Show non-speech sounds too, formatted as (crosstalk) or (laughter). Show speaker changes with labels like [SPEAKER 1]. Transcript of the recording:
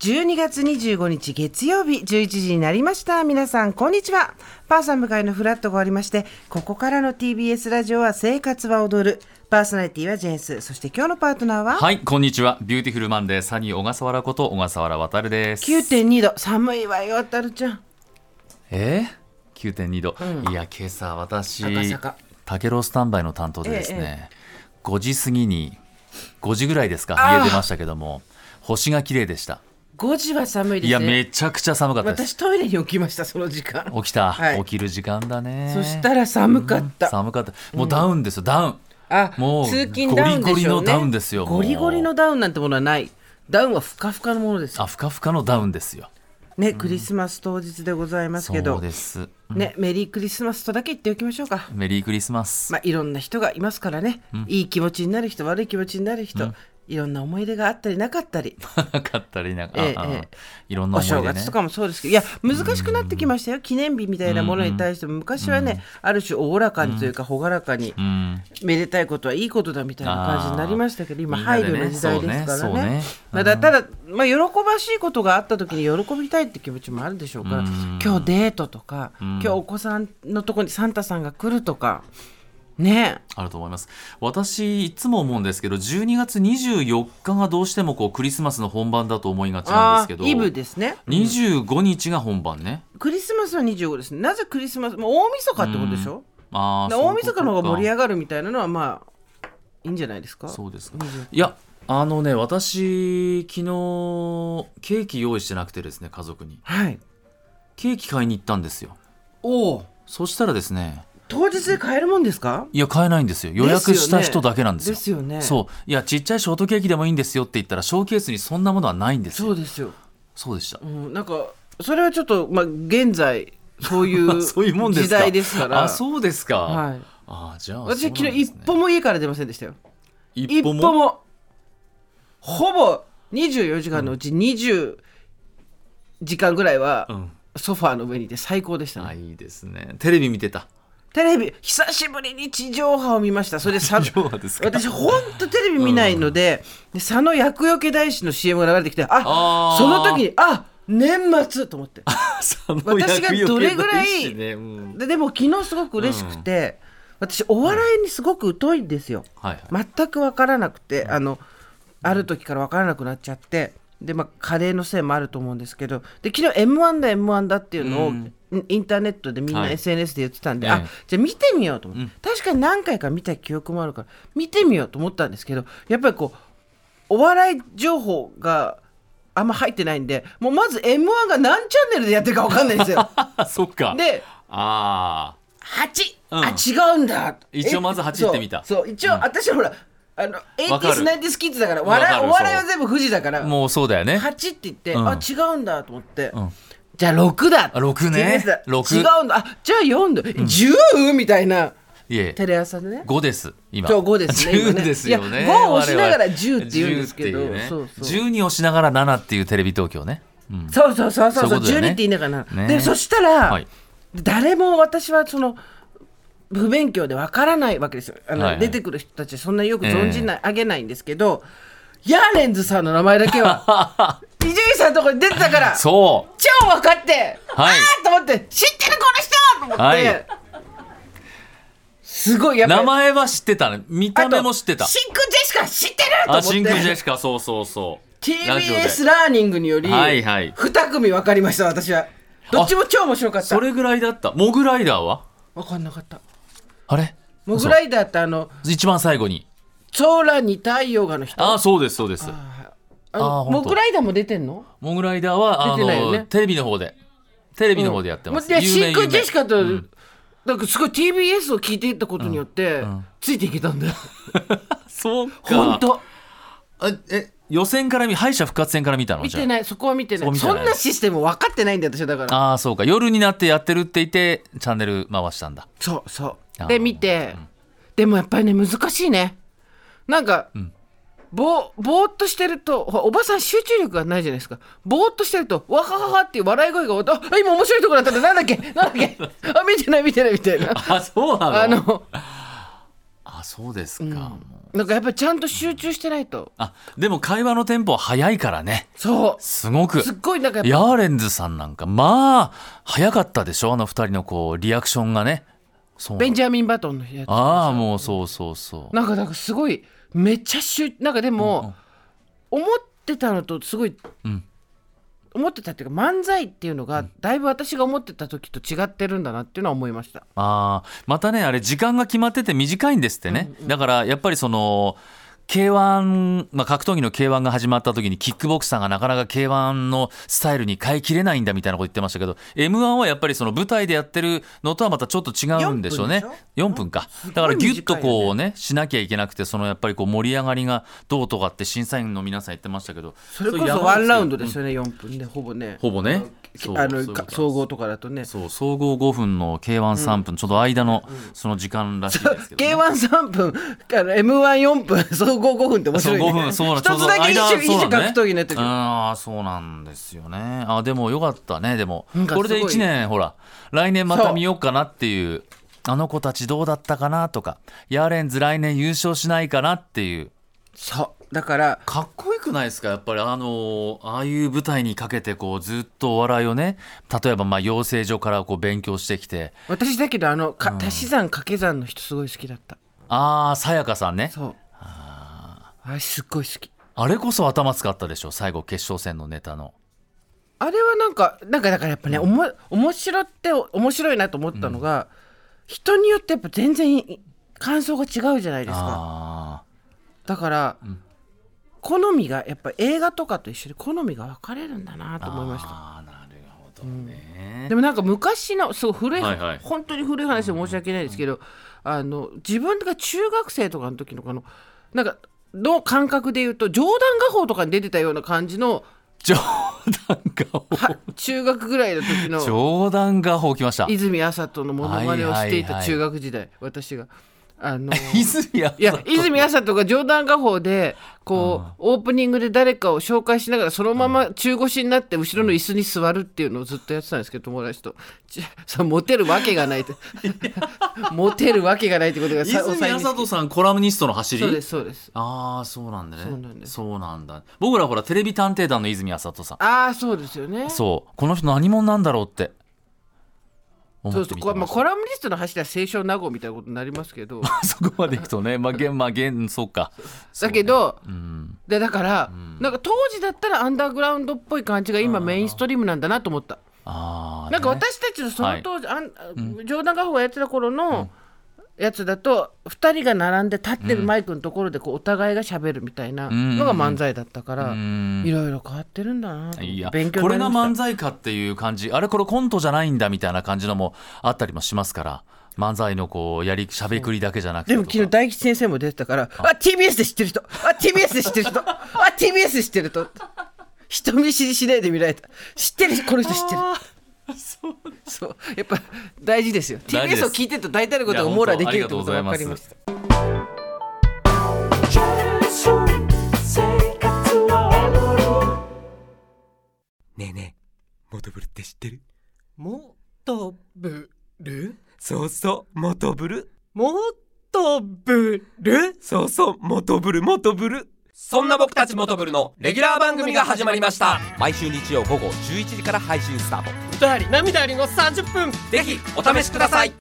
[SPEAKER 1] 12月25日月曜日11時になりました皆さんこんにちはパーさん向かいのフラットがありましてここからの TBS ラジオは生活は踊るパーソナリティはジェンスそして今日のパートナーは
[SPEAKER 2] はい、こんにちは。ビューティフルマンデー、サニー小笠原こと小笠原渉です。
[SPEAKER 1] 9.2度寒いわよあたるちゃん
[SPEAKER 2] えー、9.2度、いや、今朝私
[SPEAKER 1] 赤坂、
[SPEAKER 2] タケロスタンバイの担当でです
[SPEAKER 1] え
[SPEAKER 2] ね、5時過ぎに、5時ぐらいですか、
[SPEAKER 1] あー
[SPEAKER 2] 家出ましたけども、星が綺麗でした。
[SPEAKER 1] 5時は寒いですね
[SPEAKER 2] いや、めちゃくちゃ寒かったです。
[SPEAKER 1] 私トイレに起きましたその時間
[SPEAKER 2] 起きた、
[SPEAKER 1] はい
[SPEAKER 2] 起きる時間だね。
[SPEAKER 1] そしたら寒かった
[SPEAKER 2] 寒かった。もうダウンですよ、ダウン。
[SPEAKER 1] あ
[SPEAKER 2] もう
[SPEAKER 1] 通勤ダウンでしょう、ね、
[SPEAKER 2] ゴリゴリのダウンですよもう
[SPEAKER 1] ゴリゴリのダウンなんてものはないダウンはふかふかのものです
[SPEAKER 2] あ、ふかふかのダウンですよ。
[SPEAKER 1] ねクリスマス当日でございます
[SPEAKER 2] そ
[SPEAKER 1] けど
[SPEAKER 2] うです。
[SPEAKER 1] ねメリークリスマスとだけ言っておきましょうか
[SPEAKER 2] メリークリスマス。
[SPEAKER 1] まあいろんな人がいますからね、いい気持ちになる人悪い気持ちになる人、いろんな思い出があったりなかったり
[SPEAKER 2] な (laughs) かったりなんか、あ
[SPEAKER 1] ええ
[SPEAKER 2] あ
[SPEAKER 1] ええ
[SPEAKER 2] いろんな
[SPEAKER 1] お
[SPEAKER 2] 思い出、ね、
[SPEAKER 1] 正月とかもそうですけどいや難しくなってきましたよ記念日みたいなものに対しても昔はねある種おおらかにというか朗らかに
[SPEAKER 2] うん、
[SPEAKER 1] めでたいことはいいことだみたいな感じになりましたけど今
[SPEAKER 2] みんな
[SPEAKER 1] 配
[SPEAKER 2] でね
[SPEAKER 1] 慮の時代ですから
[SPEAKER 2] そうね
[SPEAKER 1] ね
[SPEAKER 2] そうね
[SPEAKER 1] まあだただ、まあ、喜ばしいことがあった時に喜びたいって気持ちもあるでしょうから、今日デートとか、今日お子さんのとこにサンタさんが来るとかね
[SPEAKER 2] あると思います私いつも思うんですけど12月24日がどうしてもこうクリスマスの本番だと思いがちなんです
[SPEAKER 1] あ
[SPEAKER 2] けど
[SPEAKER 1] ーイブですね
[SPEAKER 2] 25日が本番ね、
[SPEAKER 1] クリスマスは25ですなぜクリスマスもう大晦日ってことでしょ、
[SPEAKER 2] あ
[SPEAKER 1] だから大晦日の方が盛り上
[SPEAKER 2] が
[SPEAKER 1] がるみたいなのはまあいいんじゃないですか
[SPEAKER 2] そうですか
[SPEAKER 1] 25
[SPEAKER 2] いやあのね私昨日ケーキ用意してなくてですね家族に
[SPEAKER 1] はい
[SPEAKER 2] ケーキ買いに行ったんですよ
[SPEAKER 1] おお
[SPEAKER 2] そしたらですね
[SPEAKER 1] 当日で買えるもんですか
[SPEAKER 2] いや買えないんですよ予約した人だけなんですよ
[SPEAKER 1] ですよね
[SPEAKER 2] そういやちっちゃいショートケーキでもいいんですよって言ったらショーケースにそんなものはないんですよ
[SPEAKER 1] そうですよ
[SPEAKER 2] そうでした
[SPEAKER 1] うん、なんかそれはちょっと、まあ、現在そう
[SPEAKER 2] (laughs)
[SPEAKER 1] いう
[SPEAKER 2] そういうもんですか
[SPEAKER 1] 時代ですから
[SPEAKER 2] あそうですか、
[SPEAKER 1] はい、
[SPEAKER 2] あじゃあ
[SPEAKER 1] 私
[SPEAKER 2] そうなん
[SPEAKER 1] 昨
[SPEAKER 2] です
[SPEAKER 1] 日
[SPEAKER 2] ね
[SPEAKER 1] 一歩も家から出ませんでしたよ
[SPEAKER 2] 一
[SPEAKER 1] 一歩
[SPEAKER 2] 歩も
[SPEAKER 1] もほぼ24時間のうち20時間ぐらいは、
[SPEAKER 2] うん
[SPEAKER 1] ソファーの上にいて最高でしたね、
[SPEAKER 2] あいいですねテレビ見てた (laughs)
[SPEAKER 1] テレビ久しぶりに地上波を見ましたそれでさ
[SPEAKER 2] 地上波ですか
[SPEAKER 1] 私ほんとテレビ見ないので,、で佐野厄除け大師の CM が流れてきてあ
[SPEAKER 2] あー
[SPEAKER 1] その時にあ年末と思って私がどれぐらい
[SPEAKER 2] ね
[SPEAKER 1] (laughs)
[SPEAKER 2] うん
[SPEAKER 1] ででも昨日すごく嬉しくて、私お笑いにすごく疎いんですよ、
[SPEAKER 2] はいはい
[SPEAKER 1] 全く分からなくて、あのある時から分からなくなっちゃってで、まあ、カレーのせいもあると思うんですけどで昨日 m 1だ m 1だっていうのを、
[SPEAKER 2] うん
[SPEAKER 1] インターネットでみんな
[SPEAKER 2] はい
[SPEAKER 1] SNS で言ってたんで、
[SPEAKER 2] え
[SPEAKER 1] あ
[SPEAKER 2] え
[SPEAKER 1] じゃあ見てみようと思って、確かに何回か見た記憶もあるから見てみようと思ったんですけどやっぱりこうお笑い情報があんま入ってないんでもうまず m 1が何チャンネルでやってるか分かんないんですよ。
[SPEAKER 2] あそっか
[SPEAKER 1] で
[SPEAKER 2] あ
[SPEAKER 1] 八、
[SPEAKER 2] うん
[SPEAKER 1] あ違うんだ
[SPEAKER 2] 一応まず八行ってみた
[SPEAKER 1] そうそう一応、私はほらあの
[SPEAKER 2] わか
[SPEAKER 1] 80s
[SPEAKER 2] る
[SPEAKER 1] 90s キッズだから
[SPEAKER 2] わか
[SPEAKER 1] 笑い
[SPEAKER 2] る
[SPEAKER 1] お笑いは全部富士だか
[SPEAKER 2] あ
[SPEAKER 1] ら
[SPEAKER 2] もうそうだよね
[SPEAKER 1] 八って言って、
[SPEAKER 2] うん
[SPEAKER 1] あ違うんだと思って、
[SPEAKER 2] ん
[SPEAKER 1] じゃあ六だ
[SPEAKER 2] あ六ね
[SPEAKER 1] TBS だ
[SPEAKER 2] 六
[SPEAKER 1] 違うんだあじゃあ四だ、十みたいない
[SPEAKER 2] え
[SPEAKER 1] テレ朝でね
[SPEAKER 2] 5です今
[SPEAKER 1] そう5ですね今ね
[SPEAKER 2] 10ですよね
[SPEAKER 1] いや5を押しながら
[SPEAKER 2] 我々
[SPEAKER 1] 10って言うんですけど
[SPEAKER 2] 10っていうね
[SPEAKER 1] そうそう
[SPEAKER 2] 12押しながら7っていうテレビ東京ね、うん
[SPEAKER 1] そうそうそうそうそう
[SPEAKER 2] そいううことだよね
[SPEAKER 1] 12って言いながら、
[SPEAKER 2] ね
[SPEAKER 1] でそしたら、
[SPEAKER 2] はい
[SPEAKER 1] 誰も私はその不勉強でわからないわけですよあの、
[SPEAKER 2] はいはい
[SPEAKER 1] 出てくる人たちそんなによく存じない、あげないんですけどヤーレンズさんの名前だけは
[SPEAKER 2] (laughs)
[SPEAKER 1] 伊集院さんのところに出てたから
[SPEAKER 2] そう
[SPEAKER 1] 超分かって、
[SPEAKER 2] は
[SPEAKER 1] あ
[SPEAKER 2] い
[SPEAKER 1] あと思って知ってるこの人と思って、
[SPEAKER 2] はい
[SPEAKER 1] すごいやっぱり
[SPEAKER 2] 名前は知ってたね見た目も知ってた
[SPEAKER 1] あとシンクジェシカ知ってると思
[SPEAKER 2] あ
[SPEAKER 1] って
[SPEAKER 2] 真空ジェシカそうそうそうラジオで
[SPEAKER 1] TBS ラーニングにより、
[SPEAKER 2] はいはい
[SPEAKER 1] 2組分かりました私はどっちも超面白かった
[SPEAKER 2] それぐらいだったモグライダーは
[SPEAKER 1] 分かんなかった
[SPEAKER 2] あれ
[SPEAKER 1] モグライダーってあの
[SPEAKER 2] 嘘一番最後に
[SPEAKER 1] 空に太陽がの人
[SPEAKER 2] あそうですそうで
[SPEAKER 1] あ
[SPEAKER 2] す
[SPEAKER 1] の
[SPEAKER 2] あーほんと
[SPEAKER 1] モグライダーも出てんの
[SPEAKER 2] モグライダーはあ
[SPEAKER 1] 出てないよ
[SPEAKER 2] の、
[SPEAKER 1] ね
[SPEAKER 2] テレビの方でテレビの方でやってます、
[SPEAKER 1] もういや真空ジェシカと、
[SPEAKER 2] 有名
[SPEAKER 1] なんかすごい TBS を聞いていったことによって、
[SPEAKER 2] んうん
[SPEAKER 1] ついていけたんだよ
[SPEAKER 2] そうか
[SPEAKER 1] 本当
[SPEAKER 2] あえ予選から見敗者復活戦から見たの
[SPEAKER 1] 見
[SPEAKER 2] じゃあ
[SPEAKER 1] てないそこは見てな
[SPEAKER 2] そこ
[SPEAKER 1] い
[SPEAKER 2] 見て
[SPEAKER 1] そ
[SPEAKER 2] ない
[SPEAKER 1] んなシステム分かってないんだよ私はだから
[SPEAKER 2] ああそうか夜になってやってるって言ってチャンネル回したん
[SPEAKER 1] (laughs)
[SPEAKER 2] だ
[SPEAKER 1] そうそう
[SPEAKER 2] あ
[SPEAKER 1] で
[SPEAKER 2] ー
[SPEAKER 1] 見て、でもやっぱりね難しいねなんか、ぼぼーっとしてるとほらおばさん集中力がないじゃないですかぼーっとしてるとわはははっていう笑い声がおとあ今面白いところだったんだなんだっけなんだっけあ見てない見てないみたいな
[SPEAKER 2] あそうなの
[SPEAKER 1] あの
[SPEAKER 2] あそうですか、もう
[SPEAKER 1] なんかやっぱりちゃんと集中してないと
[SPEAKER 2] あでも会話のテンポは早いからね
[SPEAKER 1] そ
[SPEAKER 2] すご
[SPEAKER 1] う
[SPEAKER 2] く
[SPEAKER 1] すっごいなんかやっぱ
[SPEAKER 2] ヤーレンズさんなんかまあ早かったでしょあの二人のこうリアクションがねそう
[SPEAKER 1] ベンジャミン・バトンのやつ
[SPEAKER 2] ああもうそうそうそう
[SPEAKER 1] なんかなんかすごいめっちゃ集なんかでも、思ってたのとすごい、
[SPEAKER 2] うん
[SPEAKER 1] 思ってたっていうか漫才っていうのがだいぶ私が思ってた時と違ってるんだなっていうのは思いました。
[SPEAKER 2] あーまたねあれ時間が決まってて短いんですってね、だからやっぱりその K1、まあ、格闘技の K1 が始まった時にキックボクサーがなかなか K1 のスタイルに変えきれないんだみたいなこと言ってましたけど m 1はやっぱりその舞台でやってるのとはまたちょっと違うんでしょうね
[SPEAKER 1] 4分でし
[SPEAKER 2] 4分か
[SPEAKER 1] ごい
[SPEAKER 2] だからギュッとこうねしなきゃいけなくてそのやっぱりこう盛り上がりがどうとかって審査員の皆さん言ってましたけど
[SPEAKER 1] それこそワンラウンド
[SPEAKER 2] で
[SPEAKER 1] ですよね、4分でほぼね。
[SPEAKER 2] ほぼねそう
[SPEAKER 1] あ
[SPEAKER 2] そういう
[SPEAKER 1] の
[SPEAKER 2] こと
[SPEAKER 1] か
[SPEAKER 2] なんです
[SPEAKER 1] 総合とかだとね。
[SPEAKER 2] そう総合5分の K13 分、ちょっと間のその時間らしいですけど、 (laughs) ね、
[SPEAKER 1] K13 分、M14 分、 (laughs) 総合5分って面
[SPEAKER 2] そう
[SPEAKER 1] 白い
[SPEAKER 2] 5
[SPEAKER 1] ね。
[SPEAKER 2] 分そうな
[SPEAKER 1] 一つだけ一種一種格闘技のやつ
[SPEAKER 2] ああーそうなんですよねあでもよかったねでも
[SPEAKER 1] なんかす
[SPEAKER 2] こ
[SPEAKER 1] ご
[SPEAKER 2] れ
[SPEAKER 1] い
[SPEAKER 2] で1年ほら来年また
[SPEAKER 1] そう
[SPEAKER 2] 見ようかなっていうあの子たちどうだったかなとかヤーレンズ来年優勝しないかなっていう
[SPEAKER 1] そう。だから、
[SPEAKER 2] かっこよくないですかやっぱりあのーああいう舞台にかけてこうずっとお笑いをね例えばまあ養成所からこう勉強してきて
[SPEAKER 1] 私だけど、あの、か足し算掛け算の人すごい好きだった。
[SPEAKER 2] ああさやかさんね
[SPEAKER 1] そう。あれすっごい好き。
[SPEAKER 2] あれこそ頭使ったでしょ最後決勝戦のネタの。
[SPEAKER 1] あれはなんか、なんかだからやっぱね、おも面白ってお面白いなと思ったのが、人によってやっぱ全然い感想が違うじゃないですか。
[SPEAKER 2] あ
[SPEAKER 1] だから、好みがやっぱ映画とかと一緒で好みが分かれるんだなと
[SPEAKER 2] ー
[SPEAKER 1] 思いました。
[SPEAKER 2] あーなるほどね。
[SPEAKER 1] でもなんか昔のすごい古い、
[SPEAKER 2] はいはい
[SPEAKER 1] 本当に古い話で申し訳ないですけど、あの自分が中学生とかの時のこのなんかの感覚で言うと冗談画報とかに出てたような感じの
[SPEAKER 2] 冗談が
[SPEAKER 1] は
[SPEAKER 2] (laughs)
[SPEAKER 1] 中学ぐらいの時の
[SPEAKER 2] 冗談がほうきました。
[SPEAKER 1] 泉あさとのモノマネをしてい
[SPEAKER 2] はいはいは
[SPEAKER 1] た
[SPEAKER 2] い
[SPEAKER 1] 中学時代、私が。あ
[SPEAKER 2] (laughs)
[SPEAKER 1] の
[SPEAKER 2] 泉谷
[SPEAKER 1] いや泉あさとが冗談画報でこうオープニングで誰かを紹介しながらそのまま中腰になって後ろの椅子に座るっていうのをずっとやってたんですけど友達と (laughs) ちそうモテるわけがないと (laughs) モテるわけがないってことがさお
[SPEAKER 2] 泉
[SPEAKER 1] さえ
[SPEAKER 2] 谷
[SPEAKER 1] に
[SPEAKER 2] さとさんコラムニストの走り。
[SPEAKER 1] そうですそうです
[SPEAKER 2] ああそうなんだね。
[SPEAKER 1] そうなんです
[SPEAKER 2] そうなんだ。僕らほらテレビ探偵団の泉谷さとさん。
[SPEAKER 1] ああそうですよねそう
[SPEAKER 2] そうこの人何者なんだろうって。思
[SPEAKER 1] そう
[SPEAKER 2] って見て
[SPEAKER 1] こま
[SPEAKER 2] ま (laughs)
[SPEAKER 1] あ、
[SPEAKER 2] した
[SPEAKER 1] コラムニストの走りは清少納言みたいなことになりますけど
[SPEAKER 2] そこまでいくとねまあ現まあ現そうか。
[SPEAKER 1] だけど、
[SPEAKER 2] うん。
[SPEAKER 1] でだから、なんか当時だったらアンダーグラウンドっぽい感じが今メインストリームなんだなと思った、
[SPEAKER 2] ああ。
[SPEAKER 1] なんか
[SPEAKER 2] ね
[SPEAKER 1] 私たちのその当時、あんあ冗談画報がやってた頃のやつだと、二人が並んで立ってるマイクのところでこうお互いが喋るみたいなのが漫才だったから、
[SPEAKER 2] うん
[SPEAKER 1] いろいろ変わってるんだなと
[SPEAKER 2] いや
[SPEAKER 1] 勉強
[SPEAKER 2] こ
[SPEAKER 1] に
[SPEAKER 2] れ
[SPEAKER 1] なり
[SPEAKER 2] が
[SPEAKER 1] まし
[SPEAKER 2] 漫才かっていう感じあれこれコントじゃないんだみたいな感じのもあったりもしますから漫才のこうやりしゃべくりだけじゃな
[SPEAKER 1] た
[SPEAKER 2] くて
[SPEAKER 1] で
[SPEAKER 2] と
[SPEAKER 1] も
[SPEAKER 2] か
[SPEAKER 1] 昨日大吉先生も出てたからあ TBS で知ってる人あ TBS で知ってる人あ TBS で知ってる人人見知りしないで見られた知ってるこの人知ってるそうやっぱ大事ですよ
[SPEAKER 2] 大事です
[SPEAKER 1] TBS を聞いてると大体のことが網羅できるってことが分かりました
[SPEAKER 3] ねえねえ、モトブルって知ってる
[SPEAKER 4] もとぶる
[SPEAKER 3] そうそう、モトブル。
[SPEAKER 4] もとぶる
[SPEAKER 3] そうそう、モトブル、モトブル。そんな僕たちモトブルのレギュラー番組が始まりました。毎週日曜午後11時から配信スタート。
[SPEAKER 4] 歌あり涙ありの30分
[SPEAKER 3] ぜひ、お試しください。